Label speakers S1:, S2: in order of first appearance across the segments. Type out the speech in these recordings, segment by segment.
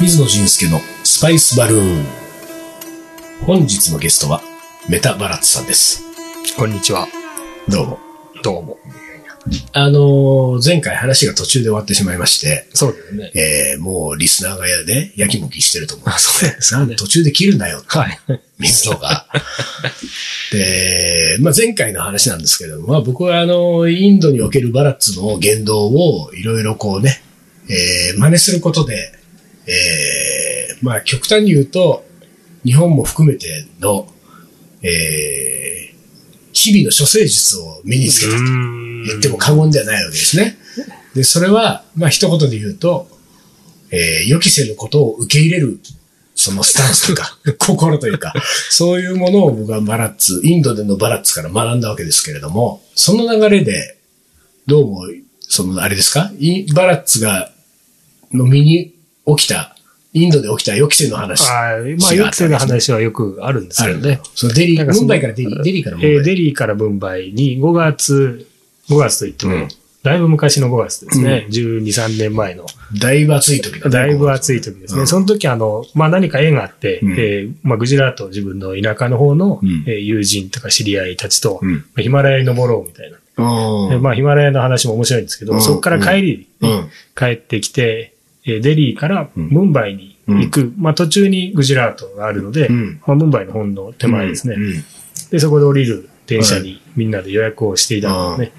S1: 水野仁介のスパイスバルーン。本日のゲストは、メタバラッツさんです。
S2: こんにちは。
S1: どうも。
S2: どうも。
S1: あのー前回話が途中で終わってしまいまして、
S2: そうですね。
S1: えー、もうリスナーがやで、やきもきしてると思う。
S2: あ、そうです
S1: なんで途中で切るなよって、
S2: はい。
S1: 水野が。で、まあ、前回の話なんですけども、まあ、僕はあの、インドにおけるバラッツの言動をいろいろこうね、えー真似することで、えーまあ、極端に言うと、日本も含めての、えー日々の処世術を身につけたと言っても過言ではないわけですね。で、それは、まあ、一言で言うと、えー予期せぬことを受け入れる、そのスタンスと か、心というか、そういうものを僕はバラッツ、インドでのバラッツから学んだわけですけれども、その流れで、どうも、その、あれですかインバラッツが、の身に起きた、インドで起きた予期せぬ話。
S2: あーまあ、よくせの話はよくあるんです
S1: あ
S2: け
S1: る
S2: ど
S1: ね
S2: ね。。
S1: そのデリー、
S2: なんか
S1: ム
S2: そ
S1: ン
S2: の
S1: バイからデリー、デリーからムンバイ。
S2: えーデリーからムンバイに5月、5月といっても、
S1: うん
S2: だいぶ昔の5月ですね。12、3年前の。
S1: だいぶ暑い時だね
S2: だいぶ暑い時です
S1: う
S2: ね。
S1: ん
S2: その時、あの、まあ、何か縁があって、
S1: うん
S2: えーまあ、グジラート、自分の田舎の方の、
S1: うん
S2: えー友人とか知り合いたちと、
S1: うん
S2: ヒマラヤに登ろうみたいな。
S1: うん
S2: でまあ、ヒマラヤの話も面白いんですけど、
S1: うん
S2: そこから帰り、
S1: うん。
S2: 帰ってきて、えーデリーから
S1: うん
S2: ムンバイに行く、まあ途中にグジラートがあるので、
S1: うん
S2: まあ、ムンバイの本の手前ですね、
S1: うん
S2: で、そこで降りる電車にみんなで予約をしていたのね、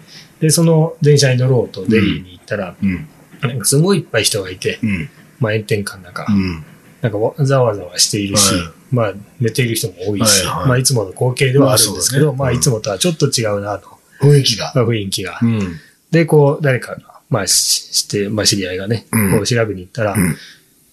S2: で、その電車に乗ろうとデリーに行ったら、
S1: うん。
S2: なんかすごいいっぱい人がいて、
S1: うん。
S2: まあ炎天下の中、
S1: うん。
S2: なんかわざわざわしているし、
S1: はい
S2: まあ寝ている人も多いし、
S1: はいはい
S2: まあいつもの光景ではあるんですけど、
S1: ま
S2: ま
S1: あそうだね
S2: あ
S1: うん
S2: いつもとはちょっと違うなと、
S1: 雰囲気が。
S2: まあ、雰囲気が。
S1: ん。
S2: で、こう誰かが、まあしして、まあ知り合いがね、
S1: うん
S2: こう調べに行ったら、
S1: うん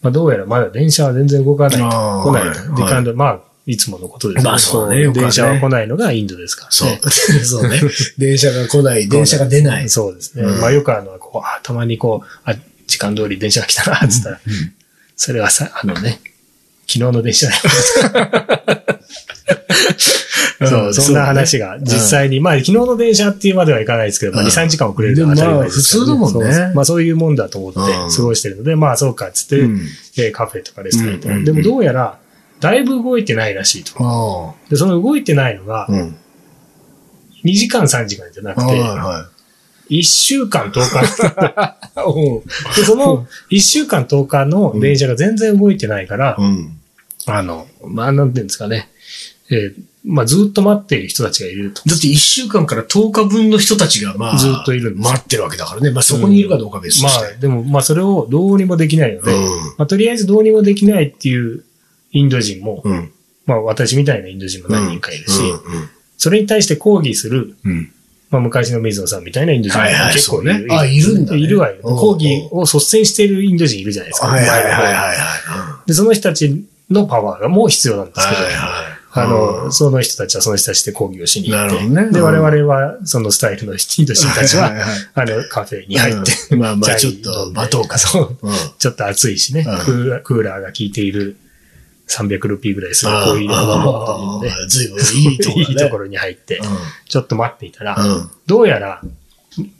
S2: まあ、どうやらまだ電車は全然動かないと。
S1: あー
S2: 来ない
S1: はい
S2: と。時間で、まあ、いつものことです
S1: まあそうだねよくあるね
S2: 電車は来ないのがインドですから、ね。
S1: そう。 そうね。電車が来ない、電車が出ない。
S2: そうですね。
S1: うん
S2: まあ、よくあの、こう、あたまにこう、あ、時間通り電車が来たな、つったら、それはさ、あのね、昨日の電車だよ。 そうう、
S1: ん
S2: そんな話が、実際に、まあ、昨日の電車っていうまではいかないですけど、まあ、
S1: う
S2: 2、
S1: ん
S2: 3時間遅れるのは当たり前ですから
S1: でもまあ普通だもんね
S2: そうまあ、そういうもんだと思って
S1: うん
S2: 過ごしてるので、まあ、そうか、つって、
S1: うん
S2: えーカフェとかレストランと
S1: うんうんう
S2: か。
S1: ん
S2: でも、どうやら、だいぶ動いてないらしいと。
S1: あ
S2: で、その動いてないのが
S1: あ。、うん。
S2: 2時間3時間じゃなくて、
S1: は
S2: 1週間10日。
S1: いはい。うん
S2: で、その1週間10日の電車が全然動いてないから、
S1: うん。
S2: あの、まあ、なんていうんですかね。えーまあ、ずっと待っている人たちがいると。
S1: だって一週間から10日分の人たちが、まあ、
S2: ずっといるんです
S1: 待ってるわけだからね。まあそこにいるかどうかは別と
S2: ま
S1: して。
S2: あ、でも、まあ、それをどうにもできないので、
S1: うん
S2: まあ、とりあえずどうにもできないっていうインド人も、
S1: うん。
S2: まあ、私みたいなインド人も何人かいるし、
S1: うん
S2: それに対して抗議する、
S1: うん。うん。
S2: まあ、昔の水野さんみたいなインド人も
S1: はいはい
S2: 結構い
S1: そう
S2: る。
S1: ねあいるんだね
S2: いるわよ。
S1: うん
S2: 抗議を率先しているインド人いるじゃないですか。
S1: はいはいはい
S2: 前の方
S1: はいは
S2: で、その人たちのパワーがもう必要なんですけど、
S1: い。はい。
S2: あの、
S1: うん
S2: その人たちはその人たちで抗議をしに行って、
S1: なるほどね
S2: で、
S1: うん
S2: 我々はそのスタイルのインド人たちは、
S1: はいはい
S2: あの、カフェに入って、
S1: うんまあまあ
S2: チャイ
S1: ちょっと
S2: 飲んで
S1: 待とうか
S2: そう。
S1: うん。
S2: ちょっと暑いしね、
S1: ん
S2: クーラークーラーが効いている300ルピーぐらいするコーヒーを飲もうと
S1: ああ
S2: 思って、
S1: ああずいぶんいいところだ
S2: いい
S1: ね
S2: ところに入って、ちょっと待っていたら、
S1: うん。うん。
S2: どうやら、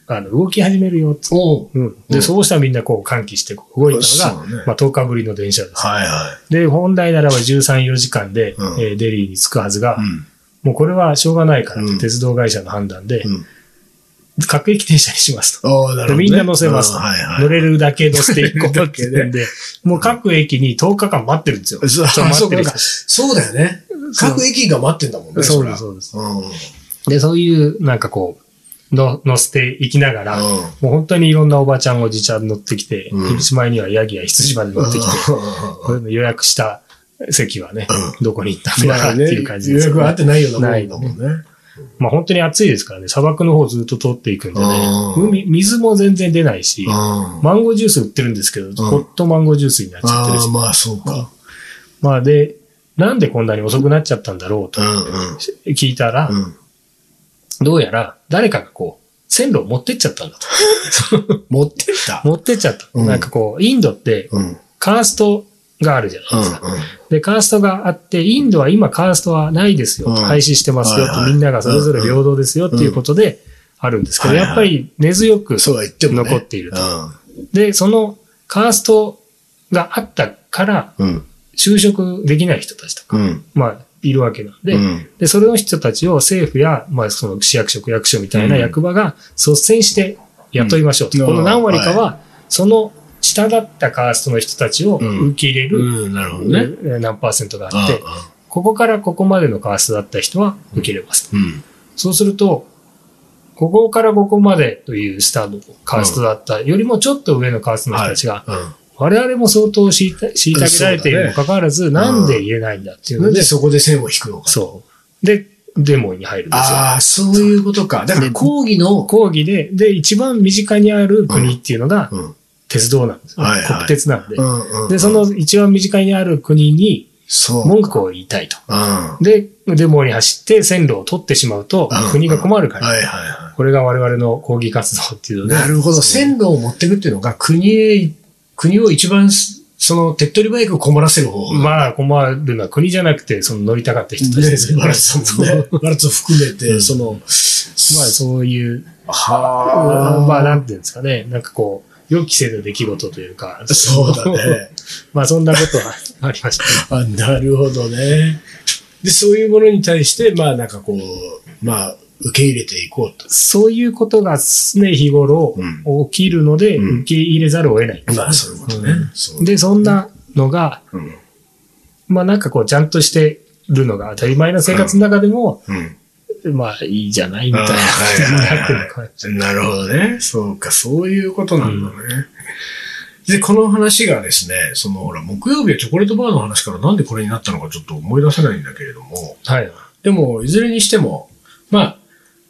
S2: あの、動き始めるよっつって
S1: おう
S2: うん。
S1: う
S2: で、
S1: ん
S2: そうしたらみんなこう歓喜してこう動いた
S1: そう
S2: の
S1: だね
S2: が、まあ10日ぶりの電車です。
S1: はいは
S2: で、本来ならば13、4時間で、
S1: うん
S2: えーデリーに着くはずが、
S1: い。うん。
S2: もうこれはしょうがないからと、
S1: うん
S2: 鉄道会社の判断で、
S1: うん
S2: 各駅停車にしますと。
S1: おーなるほどね。
S2: でみんな乗せま
S1: う
S2: すと、
S1: んはいはい。
S2: 乗れるだけ乗せていこうって言
S1: だ
S2: う
S1: け
S2: んで、もう各駅に10日間待ってるんですよ。
S1: そう
S2: ちょっと待ってる人
S1: そうだよね。各駅が待ってんだもんね。
S2: そう
S1: れ
S2: で
S1: は
S2: す、そうです。
S1: うん。うん。
S2: で、そういう、なんかこう、の乗せていきながら、もう本当にいろんなおばちゃん、おじちゃん乗ってきて、
S1: うん
S2: しまいにはヤギや羊まで乗ってきて、こ
S1: う
S2: れの予約した席はね、
S1: う
S2: どこに行ったん
S1: ん。
S2: だ
S1: ま
S2: か
S1: あ
S2: って
S1: ね、
S2: いう感じで
S1: 予
S2: すよ
S1: 約
S2: ね、
S1: は合ってないようなもんだもんね。
S2: まあ本当に暑いですからね、砂漠の方ずっと通っていくんでね、
S1: うん
S2: 海、水も全然出ないし
S1: うん。、あ
S2: マンゴージュース売ってるんですけど、ホットマンゴージュースになっちゃってる
S1: あ
S2: し
S1: ー、、まあそうか。
S2: まあで、なんでこんなに遅くなっちゃったんだろう
S1: う
S2: と
S1: んうん。
S2: 聞いたら
S1: う、ん。
S2: どうやら誰かがこう、線路を持ってっちゃったんだと。
S1: 持ってった。
S2: 持ってっちゃった。
S1: うん
S2: なんかこう、インドって
S1: うん。うん。
S2: カーストがあるじゃないですか。で、カーストがあって、インドは今カーストはないですよと、
S1: うん
S2: 廃止してますよ
S1: はい
S2: と、
S1: はい
S2: みんながそれぞれ平等ですよっていうことであるんですけど、
S1: うん
S2: やっぱり根強
S1: う
S2: く
S1: ん。そうは言ってもね。
S2: 残っていると
S1: うん。
S2: で、そのカーストがあったから、
S1: うん。
S2: 就職できない人たちとか、
S1: うん。
S2: まあ、いるわけなんで、
S1: うん。
S2: で、それの人たちを政府や、まあ、その市役所、区役所みたいな役場が率先して雇いましょうと。
S1: うん
S2: この何割か
S1: うん
S2: は、その下だったカーストの人たちを
S1: うん
S2: 受け入れる、
S1: うん。なるほどね。
S2: えー何パーセントがあ
S1: あ
S2: って、
S1: あ
S2: ここからここまでのカーストだった人は受け入れます。
S1: うん。
S2: そうすると、ここからここまでというスターのカーストだった、よりもちょっと上のカーストの人たちが、我々も相当虐げられているにもかかわらず、なんで言えないんだっていう
S1: うん。な
S2: の
S1: ん
S2: で
S1: で、そこで線を引くのか。
S2: そう。で、デモに入るんですよ。
S1: ああ、そういうことか。だから抗議の、
S2: 講義で、で、一番身近にある国っていうのが
S1: うん。
S2: 鉄道なんです。
S1: はいはい
S2: 国鉄なんで
S1: う。んうん。
S2: で、その、一番身近にある国に
S1: そう。
S2: 文句を言いたいと。
S1: うん。は
S2: で、デモに走って線路を取ってしまうと
S1: うん、
S2: 国が困る
S1: い
S2: か
S1: は
S2: ら。
S1: いは
S2: これが我々の抗議活動っていう
S1: い。
S2: ので。
S1: なるほど。
S2: そう
S1: 線路を持っていくっていうのが、国へ、国を一番、その、手っ取り早く困らせる方法。
S2: まあ困るのは国じゃなくて、その乗りたかった人たちですけど。
S1: バラツもね。バラツを含め
S2: う
S1: て、
S2: ん
S1: その、
S2: まあそういう、
S1: は
S2: まあなんていうんですかね、なんかこう、予期せぬ出来事というか。
S1: そうだね。
S2: まあそんなことはありましたね。
S1: あなるほどね。で、そういうものに対して、まあなんかこう、まあ、受け入れていこうと。
S2: そういうことが常日頃起きるので、
S1: うん
S2: 受け入れざるを得ない。
S1: まあそういうことね。そう。
S2: で、そんなのが、
S1: うん。
S2: まあなんかこう、ちゃんとしてるのが当たり前の生活の中でも、
S1: うん。
S2: まあいいじゃないみた
S1: あ
S2: いなことに
S1: ーはい
S2: なっ
S1: は
S2: て
S1: い
S2: る
S1: はい
S2: のかな
S1: なるほどね。そうか、そういうことなんだね。で、この話がですね、そのほら、木曜日はチョコレートバーの話からなんでこれになったのかちょっと思い出せないんだけれども、
S2: はい。
S1: でも、いずれにしても、まあ、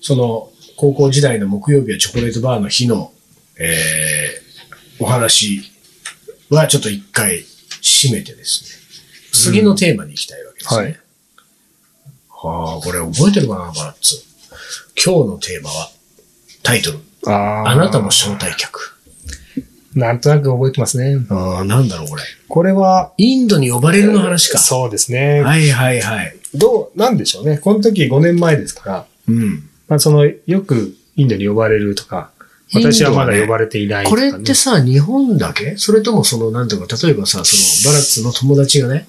S1: その、高校時代の木曜日はチョコレートバーの日の、えー、お話はちょっと一回締めてですね、次のテーマに行きたいわけですね。
S2: はい
S1: はあ、これ覚えてるかな、バラッツ。今日のテーマは、タイトル、
S2: あ
S1: あなたも招待客。
S2: なんとなく覚えてますね。
S1: ああ、なんだろう、これ。
S2: これは、
S1: インドに呼ばれるの話か。
S2: そうですね。
S1: はいはいはい。
S2: どう、なんでしょうね。この時5年前ですから、
S1: うん。
S2: まあその、よくインドに呼ばれるとか、私はまだ呼ばれていないと
S1: こ
S2: かね、
S1: れってさ、日本だけそれともその、なんていうか、例えばさ、その、バラッツの友達がね、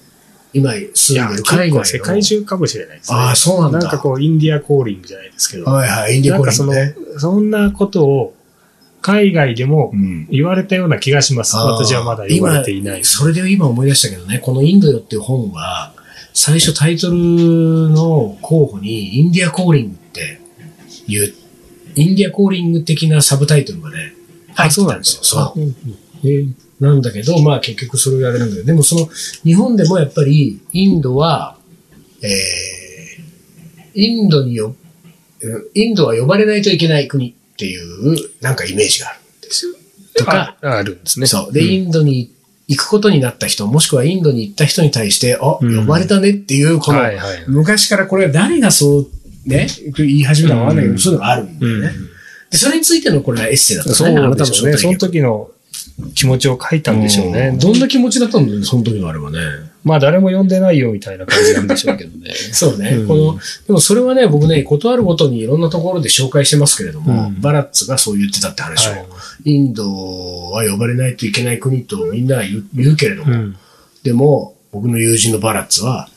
S1: 今
S2: い
S1: 住
S2: や、
S1: んでる
S2: 結
S1: 海外の。
S2: 構世界中かもしれないですね。
S1: ああ、そうなん
S2: な
S1: だ。
S2: んかこう、インディアコーリングじゃないですけど、
S1: はいはい、インディ
S2: な
S1: ア
S2: ん
S1: コー
S2: かそ
S1: リン
S2: の
S1: グね。、
S2: そんなことを海外でも
S1: ん。
S2: 言われたような気がします。
S1: ああ
S2: 私はまだ言われていない。
S1: それで今思い出したけどね、このインドよっていう本は、最初タイトルの候補に、インディアコーリングっていう、インディアコーリング的なサブタイトルがね、入ってたんですよ。そう。
S2: うんうんえー
S1: なんだけど、まあ結局それがあれなんだけど、でもその、日本でもやっぱり、インドは、えー、インドによ、うんインドは呼ばれないといけない国っていう、なんかイメージがあるんですよ。とか、
S2: ああるんですね。
S1: そう。で、
S2: うん
S1: インドに行くことになった人、もしくはインドに行った人に対して、あ、
S2: うん
S1: 呼ばれたねっていう、この、
S2: はいはい。
S1: 昔からこれは誰がそう、ね、言い始めたのかわかんないけど、
S2: うん
S1: そういうのがあるんだよね。でそれについてのこれはエッセイだった
S2: そう
S1: ね。あ
S2: だ
S1: な
S2: った
S1: た
S2: ん
S1: の招待
S2: でしょうね。その
S1: 客
S2: 時の気持ちを書いたんでしょうね。
S1: どんな気持ちだったんだろうその時のあれはね。
S2: まあ誰も呼んでないよみたいな感じなんでしょうけどね。
S1: そうね。
S2: うん
S1: この、でもそれはね、僕ね、断るごとにいろんなところで紹介してますけれども、
S2: うん
S1: バラッツがそう言ってたって話を、
S2: はい
S1: インドは呼ばれないといけない国とみんなは言う言うけれども、
S2: うん
S1: でも、僕の友人のバラッツは、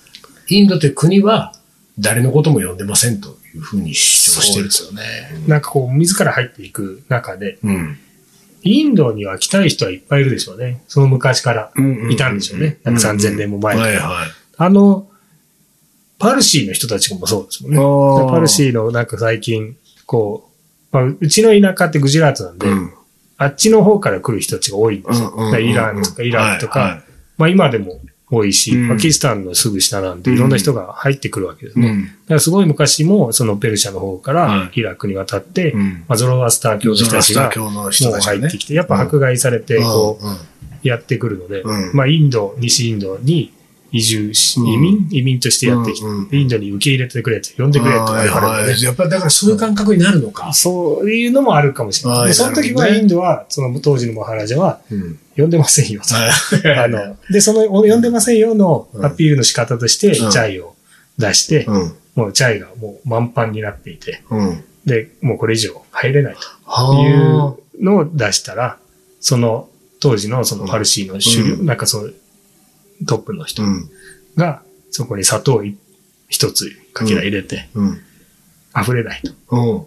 S1: インドという国は誰のことも呼んでませんというふうに主張してる。
S2: よね。なんかこう、自ら入っていく中で、
S1: うん。
S2: インドには来たい人はいっぱいいるでしょうね。その昔から
S1: うんうんうん
S2: いたんでしょうね。なんか3000年も前。
S1: はいはい。
S2: あの、パルシーの人たちもそうですもんね。
S1: あ
S2: パ
S1: ー
S2: ルシーのなんか最近、こう、まあ、うちの田舎ってグジラートなんで、
S1: うん
S2: あっちの方から来る人たちが多いんで
S1: う
S2: す
S1: ん
S2: よ。
S1: うんうん
S2: だからイランとかイラクとか、
S1: はいはい
S2: まあ今でも多いし、
S1: うん
S2: パキスタンのすぐ下なんで
S1: うん
S2: いろんな人が入ってくるわけですね。
S1: う
S2: だ
S1: ん
S2: からすごい昔もそのペルシャの方か
S1: は
S2: らイラクに渡って、
S1: うん
S2: まあゾロワスター教の人たちがも
S1: 今日の
S2: う
S1: 人たちが
S2: 入
S1: ね
S2: ってきて、やっぱ迫害されてこ
S1: うんうん
S2: うやってくるので、
S1: うん
S2: まあインド、西インドに移住し、
S1: うん
S2: 移民移民としてやってきて、
S1: うんうん
S2: インドに受け入れてくれと、呼んでくれとか言われてね
S1: はいはいやっぱりだからそういう感覚になるのか。
S2: そういうのもあるかもしれない。
S1: はい
S2: でその時
S1: な
S2: は
S1: るほどね
S2: インドは、その当時のモハラジャは、
S1: うん。
S2: 呼んでませんよと。あ
S1: あの、
S2: の、で、その、お呼んでませんよの
S1: うん
S2: アピールの仕方として、チ
S1: うん
S2: ャイを出して、
S1: うん。
S2: もうチャイがもう満帆になっていて、
S1: うん。
S2: で、もうこれ以上入れない
S1: は
S2: というのを出したら、その当時のそのパルシーの主流、
S1: うん
S2: なんかそのトップの人
S1: うん。
S2: が、そこに砂糖い一つかけら入れて、
S1: うん。
S2: 溢れないと
S1: うん。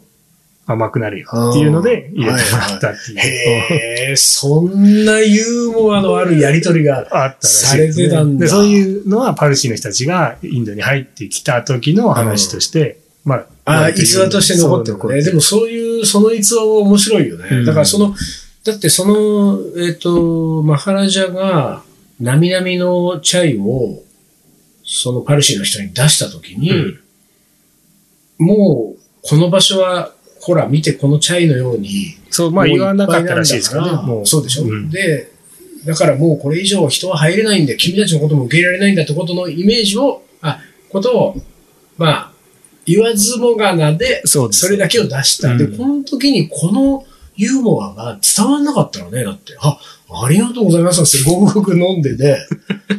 S2: 甘くなるよっていうので
S1: うん
S2: 入れてもらったっていう。
S1: へえ、そんなユーモアのあるやりとりが。
S2: あったらしいです
S1: さ
S2: ね
S1: れてたんだ
S2: で、そういうのはパルシーの人たちがインドに入ってきた時の話として、まあ、
S1: ああ、
S2: 割と
S1: 逸話として残ってる
S2: そう
S1: ね。でもそういう、その逸話は面白いよね。
S2: うん
S1: だからその、だってその、えっ、と、マハラジャが、なみなみのチャイを、そのパルシーの人に出したときに、
S2: うん
S1: もう、この場所は、ほら、見てこのチャイのように、
S2: そう、まあ
S1: もう
S2: 言わなかったらしいですから
S1: っぱ
S2: ね。
S1: なんだ
S2: もう
S1: そうでしょ、
S2: うん
S1: で、だからもうこれ以上人は入れないんで、君たちのことも受け入れられないんだってことのイメージを、あ、ことを、まあ、言わずもがなで、
S2: そうです
S1: それだけを出した。
S2: うん
S1: で、この時にこのユーモアが伝わんなかったのね、だって。あ、ありがとうございますって、ごくごく飲んで で、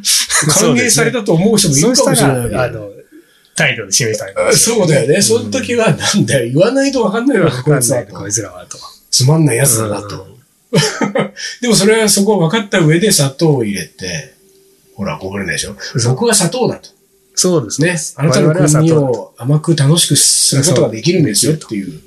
S2: そ
S1: 歓
S2: うで
S1: 迎
S2: すね
S1: されたと思う人もい
S2: そ
S1: る
S2: う
S1: かも
S2: し
S1: したれない
S2: ら、あ
S1: わけ
S2: の、態度で示したい
S1: あ。そうだよね。その時は、なんだよ、言わないとわかんないわ、こ
S2: こ
S1: い
S2: い
S1: つ
S2: つ
S1: は
S2: ら
S1: と
S2: こ。いつらはと。
S1: つまんないやつだなと。でもそれはそこを分かった上で砂糖を入れて、ほら、こぼれないでしょ。
S2: そう
S1: 僕は砂糖だと。
S2: そうです
S1: ね
S2: ね。。
S1: あなたの
S2: 我々は砂
S1: 国
S2: 糖だと
S1: を甘く楽しくすることができるんですよっていう。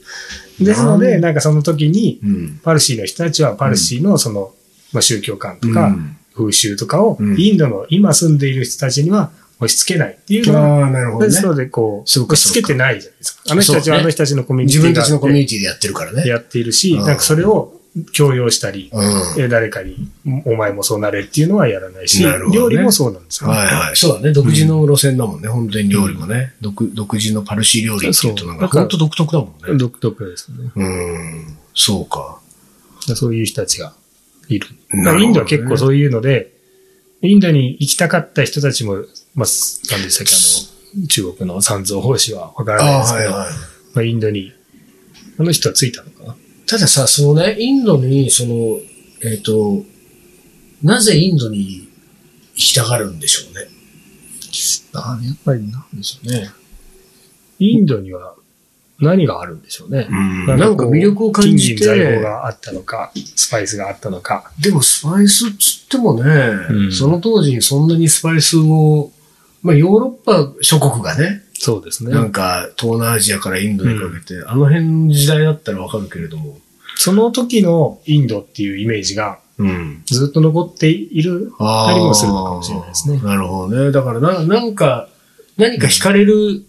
S2: ですので、なんかその時に、
S1: うん。
S2: パルシーの人たちはパルシーのその、まあ宗教観と
S1: う
S2: か、
S1: ん
S2: 風習とかを
S1: うん、
S2: インドの今住んでいる人たちには押し付けないっていうのは、
S1: ああ、なるほど
S2: で
S1: ね
S2: す。ので、こ
S1: そう
S2: う、
S1: か
S2: 押し付けてないじゃないですか。あの人
S1: そうね
S2: たちはあの人たちのコミュニテ
S1: 自
S2: ィ
S1: 分たちのコミュ
S2: が
S1: ニティでやってるから
S2: あって
S1: ね。
S2: やっているし、
S1: うん
S2: なんかそれを強要したり、
S1: うん。は
S2: え誰かに、お前もそうなれっていうのはやらないし、
S1: なるほどね
S2: 料理もそうなんです
S1: い
S2: よ、
S1: はい。そうだね。独自の路線だもんね。本当に料理もね。独独自のパルシー料理っていうとなんか、
S2: そう
S1: 本当独特だもんね。
S2: 独特ですよね。
S1: うん。そうか。
S2: そういう人たちがいる。
S1: なるほどね
S2: インドは結構そういうので、インドに行きたかった人たちも、まあ、す何でしたっけ、あの、中国の三蔵法師はわからない
S1: あ
S2: で
S1: あ、
S2: す
S1: は
S2: け
S1: い
S2: ど、
S1: はい。
S2: まあ、インドに、あの人は着いたのかな
S1: たださ、そのね、インドに、その、えっ、と、なぜインドに行きたがるんでしょうね。
S2: あやっぱりな。
S1: ですよね。
S2: インドには何があるんでしょうね。
S1: うん。なんか
S2: こう
S1: 魅力を感じ
S2: 金銀財宝
S1: て、
S2: があったのか、スパイスがあったのか。
S1: でもスパイスっつってもね、
S2: うん
S1: その当時にそんなにスパイスを、まあヨーロッパ諸国がね、
S2: そうですね。
S1: なんか東南アジアからインドにかけて、あの辺の時代だったらわかるけれども。
S2: その時のインドっていうイメージが
S1: うん。
S2: ずっと残っている。
S1: あ
S2: たりもするのかもしれないですね
S1: なるほどね。だからな、なんか、何か惹かれる、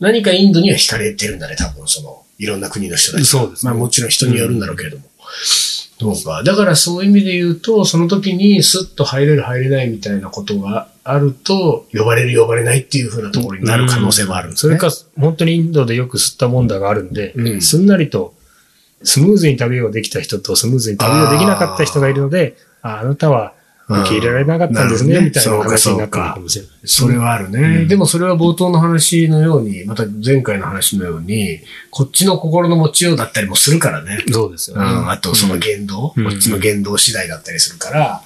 S1: 何かインドには惹かれてるんだね、多分その、いろんな国の人たちが。
S2: そうですね
S1: まあもちろん人によるんだろうけれども。どうか。だからそういう意味で言うと、その時にスッと入れる入れないみたいなことがあると、呼ばれる呼ばれないっていうふうなところになる可能性もあるんです
S2: そ
S1: ね。
S2: れか、本当にインドでよく吸ったもんだがあるんで、
S1: うん
S2: すんなりとスムーズに旅をできた人とスムーズに旅をできなかった人がいるので、ああなたは受け入れられなかったんですね、
S1: うん
S2: みたいな話になっ
S1: そ
S2: た
S1: う
S2: の
S1: か
S2: かもしれない。
S1: それはあるね、
S2: うん
S1: でもそれは冒頭の話のように、また前回の話のように、こっちの心の持ちようだったりもするからね。
S2: そうですよ
S1: う
S2: ね。
S1: ん、あとその言動、
S2: うん
S1: こっちの言動次第だったりするから、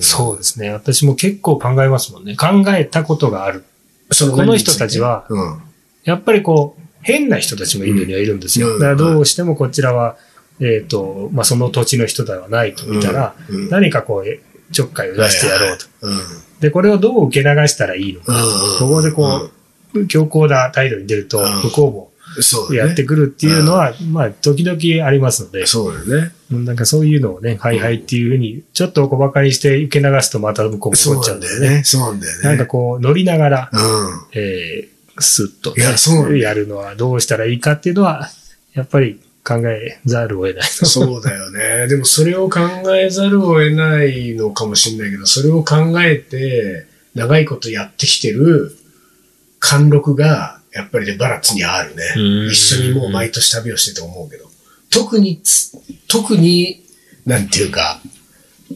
S2: そうですね。私も結構考えますもんね。考えたことがある。
S1: そ
S2: この人たちは、
S1: うん、
S2: やっぱりこう、変な人たちもインドにはいるんですよ。
S1: うん
S2: だからどうしてもこちらは、えっ、と、まあ、その土地の人ではないと見たら、
S1: うんうん
S2: 何かこう、えちょっかいを出してやろうと。
S1: うん、うん、
S2: で、これをどう受け流したらいいのか。ここでこう、強硬な態度に出ると、
S1: うん
S2: 向こ
S1: うん、そうう
S2: も
S1: だ
S2: や
S1: ね
S2: ってくるっていうのは、まあ、時々ありますので、
S1: そうだよね。
S2: なんかそういうのをね、はいはいっていうふうに、ちょっと小馬鹿にして受け流すとまた向こうも
S1: そう
S2: 怒っちゃ
S1: な
S2: うんん
S1: だ
S2: だ
S1: よ
S2: よ
S1: ね。
S2: ね。
S1: そうなんだよね。
S2: なんかこう、乗りながら、
S1: うん。
S2: えー、スッと、
S1: いやそうなんだよ
S2: やるのはどうしたらいいかっていうのは、やっぱり考えざるを得ない。
S1: そうだよね。 でもそれを考えざるを得ないのかもしれないけど、それを考えて、長いことやってきてる貫禄が、やっぱりね、バラッツにはあるね
S2: うん。
S1: 一緒にもう毎年旅をしてて思うけど。特につ、特に、なんていうか、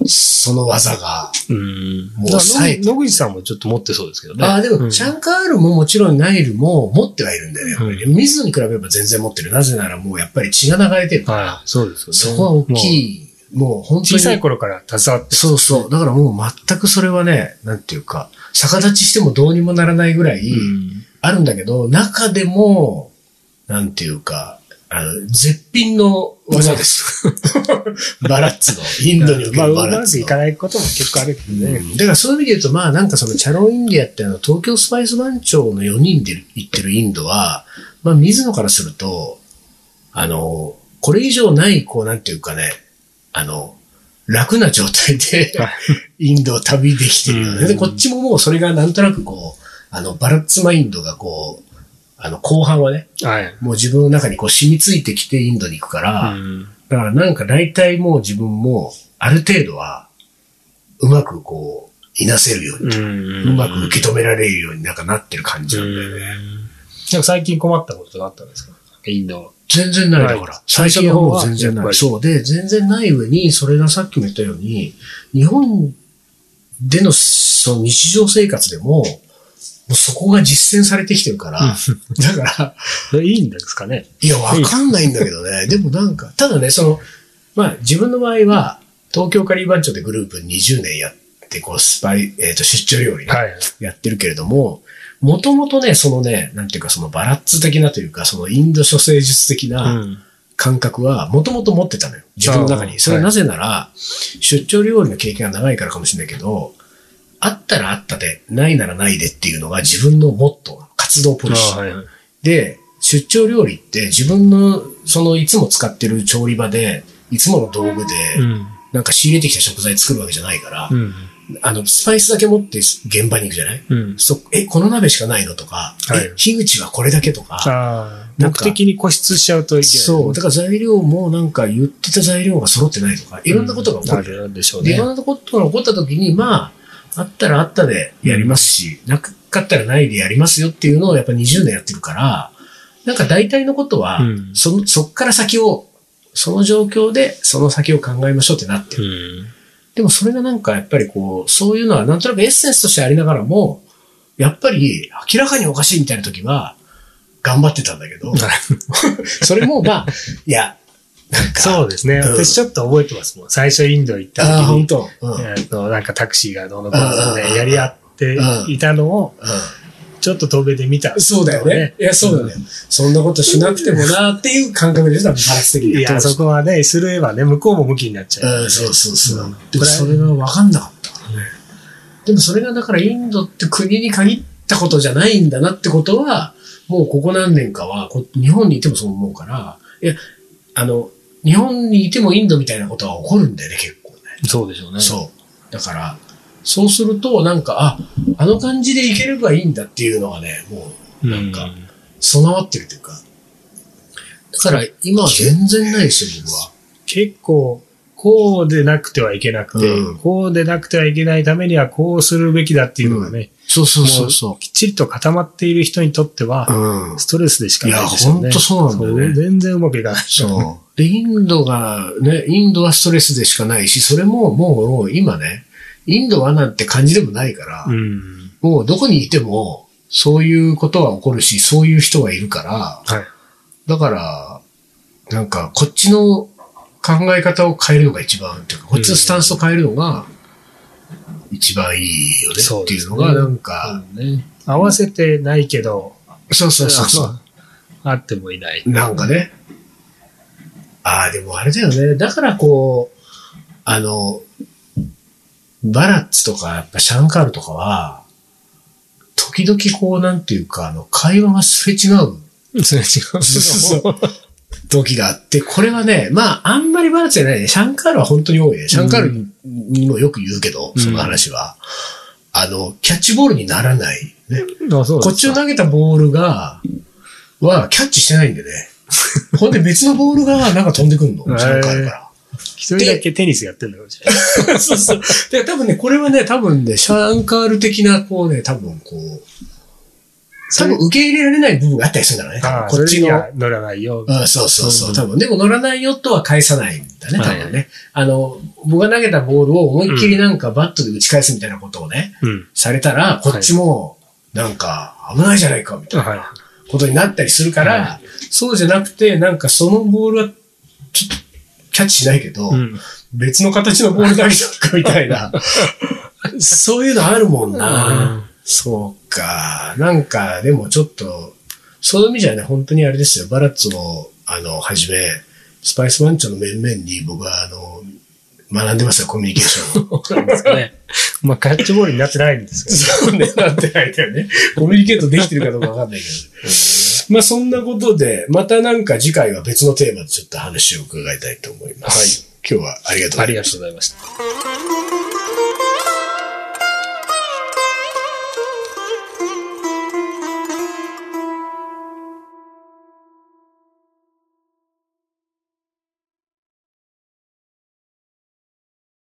S1: その技が。
S2: うん。
S1: もう
S2: だから
S1: 冴えて
S2: 野口さんもちょっと持ってそうですけどね。
S1: ああ、で
S2: う
S1: も、
S2: ん
S1: シャンカールももちろんナイルも持ってはいるんだよねやっぱりね。水野に比べれば全然持ってる。なぜならもうやっぱり血が流れてるから。
S2: はい、そうですよ
S1: そ
S2: ね。
S1: こは大
S2: もう。
S1: きい。もう本当
S2: 小
S1: に。
S2: さい頃から携わって、
S1: そうそう。だからもう全くそれはね、なんていうか、逆立ちしてもどうにもならないぐらい
S2: うん
S1: あるんだけど、中でも、なんていうか、あの、絶品の技 です。バラッツの。インドにおけ
S2: まあ、
S1: る
S2: う
S1: バラ
S2: ま
S1: ッ
S2: く
S1: ツ
S2: い
S1: の
S2: か。ないことも結構あるけどね。
S1: うんだからそういう意味で言うと、まあなんかそのチャロインディアってあの東京スパイス番長の4人で行ってるインドは、まあ水野からすると、あの、これ以上ない、こうなんていうかね、あの、楽な状態で
S2: は
S1: インドを旅できてるよ
S2: う
S1: ね。
S2: ん
S1: で、こっちももうそれがなんとなくこう、あの、バラッツマインドがこう、あの、後半はね、
S2: はい。
S1: もう自分の中にこう染みついてきてインドに行くから、
S2: うん
S1: だからなんか大体もう自分もある程度はうまくこういなせるように、う
S2: う
S1: まく受け止められるようになんかなってる感じ
S2: う
S1: なんだよね。
S2: ん。なんか最近困ったことがあったんですかインド。
S1: 全然ないだか
S2: は
S1: ら
S2: い。
S1: 最初の方は全然
S2: やっ
S1: な
S2: ぱ
S1: い。
S2: り
S1: そうで、全然ない上に、それがさっきも言ったように、日本でのその日常生活でも、もうそこが実践されてきてるから、だから、
S2: いいんですかね
S1: いや、わかんないんだけど ね。でもなんか、ただね、その、まあ自分の場合は、東京カリー番長でグループ20年やって、こう、スパイ、えっ、と、出張料理ね、
S2: はい。
S1: やってるけれども、もともとね、そのね、なんていうか、そのバラッツ的なというか、そのインド諸生術的な感覚は、もともと持ってたのよ。自分の中
S2: あ
S1: に。
S2: ー
S1: それは
S2: はい
S1: なぜなら、出張料理の経験が長いからかもしれないけど、あったらあったで、ないならないでっていうのが自分のモットー、活動ポリシー。
S2: あはいはい
S1: で、出張料理って自分の、そのいつも使ってる調理場で、いつもの道具で、
S2: うん
S1: なんか仕入れてきた食材作るわけじゃないから、
S2: うん
S1: あの、スパイスだけ持って現場に行くじゃない
S2: うん
S1: そえ、この鍋しかないのとか、
S2: はい
S1: え、火口はこれだけとか、
S2: ああ、
S1: な
S2: 目
S1: んか
S2: 的に固執しちゃうといけない。
S1: そう、だから材料もなんか言ってた材料が揃ってないとか、いろんなことが起こ
S2: あ
S1: る。
S2: るんでしょう
S1: でい
S2: ね。
S1: ろんなことが起こった時に、まあ、あったらあったでやりますし、なかったらないでやりますよっていうのをやっぱ20年やってるから、なんか大体のことは、
S2: うん
S1: その、そっから先を、その状況でその先を考えましょうってなってる。
S2: うん
S1: でもそれがなんかやっぱりこう、そういうのはなんとなくエッセンスとしてありながらも、やっぱり明らかにおかしいみたいな時は、頑張ってたんだけど、 それもまあ、いや、なんか、
S2: そうですね。
S1: うん
S2: 私ちょっと覚えてますもん。最初インド行った
S1: ああ、
S2: 時
S1: 本
S2: に、
S1: 当。うん。うん。
S2: えーとなんかタクシーがどうのこうの
S1: うんうんうん
S2: でやり合っていたのを、ちょっと遠目で見た。
S1: そうだよね。。いや、そうだね。そんなことしなくてもなっていう感覚でした、バランス的に。
S2: いや、そこはね、すればね、向こうも向きになっちゃう。
S1: うん、そうそうそう。
S2: うん
S1: でもそれが分かんなかったからね。でもそれがだからインドって国に限ったことじゃないんだなってことは、もうここ何年かは、こ日本にいてもそう思うから、いや、あの、日本にいてもインドみたいなことは起こるんだよね、結構ね。
S2: そうでしょうね
S1: そう。だから、そうすると、なんか、あ、あの感じでいければいいんだっていうのがね、もうなんか備わってるというか。だから、今は全然ないですよ、僕は。
S2: 結構、こうでなくてはいけなくて、
S1: うん
S2: こうでなくてはいけないためにはこうするべきだっていうのがね、
S1: そうそうそ
S2: そうう
S1: そ
S2: きっちりと固まっている人にとっては、
S1: う。うん。
S2: ストレスでしか
S1: い
S2: な
S1: や、
S2: いですよね。
S1: 本当そうなんだよね。
S2: そう全然うまくいかない。
S1: そう。で、インドが、ね、インドはストレスでしかないし、それももう今ね、インドはなんて感じでもないから、
S2: ん。
S1: もうどこにいても、そういうことは起こるし、そういう人はいるから、
S2: はい。
S1: だから、なんか、こっちの考え方を変えるのが一番、ていうか、こっちのスタンスを変えるのが、一番いいよね
S2: そう
S1: って
S2: で
S1: いう
S2: す
S1: の
S2: ね
S1: が、なんか、
S2: ね、合わせてないけど、
S1: そうそうそうそう。
S2: あのあってもいない。
S1: なんかね。ああ、でもあれだよね。だからこう、あの、バラッツとか、やっぱシャンカールとかは、時々こう、なんていうか、あの、会話がすれ違う
S2: それ違う。
S1: そう そう時があって、これはね、まあ、あんまりバラッツじゃないね。シャンカールは本当に多いね。シャンカールにもよく言うけど、
S2: うん
S1: その話は。あの、キャッチボールにならない。ね、
S2: あそうですか
S1: こっちの投げたボールが、は、キャッチしてない んでね。ほんで別のボールが、なんか飛んでくんの。
S2: へー
S1: その回から。
S2: 一人だけテニスやってんだかもしれない。
S1: そうそう。で、多分ね、これはね、多分ね、シャンカール的な、こうね、多分こう、多分受け入れられない部分があったりするんだろうね。
S2: ああ
S1: 多分こっち
S2: それに
S1: の
S2: は。乗らないよ。
S1: あそうそうそうう。
S2: ん
S1: 多分。でも乗らないよとは返さないんだね、多
S2: はい
S1: 分ね。あの、僕が投げたボールを思いっきりなんかバットで打ち返すみたいなことをね、
S2: うん。
S1: されたら、こっちも、なんか、危ないじゃないか、みたいな。
S2: はい。
S1: ことになったりするから、
S2: は
S1: そうじゃなくて、なんかそのボールはちょっとキャッチしないけど、
S2: うん。
S1: 別の形のボールだけじゃんかみたい な、そういうのあるもんな。
S2: うん
S1: そうか。なんか、でもちょっと、そういう意味じゃね、本当にあれですよ、バラッツをあの、はじめ、スパイス番長の面々に僕は、あの、学んでますよ、コミュニケーションを。
S2: そうなんですかね。 まあ、キャッチボールになってないんですけど。
S1: そうね、なってないんだよね。コミュニケートできてるかどうかわかんないけど。まあ、そんなことで、またなんか次回は別のテーマでちょっと話を伺いたいと思います。はい。今日はありがとうございました。
S2: ありがとうございました。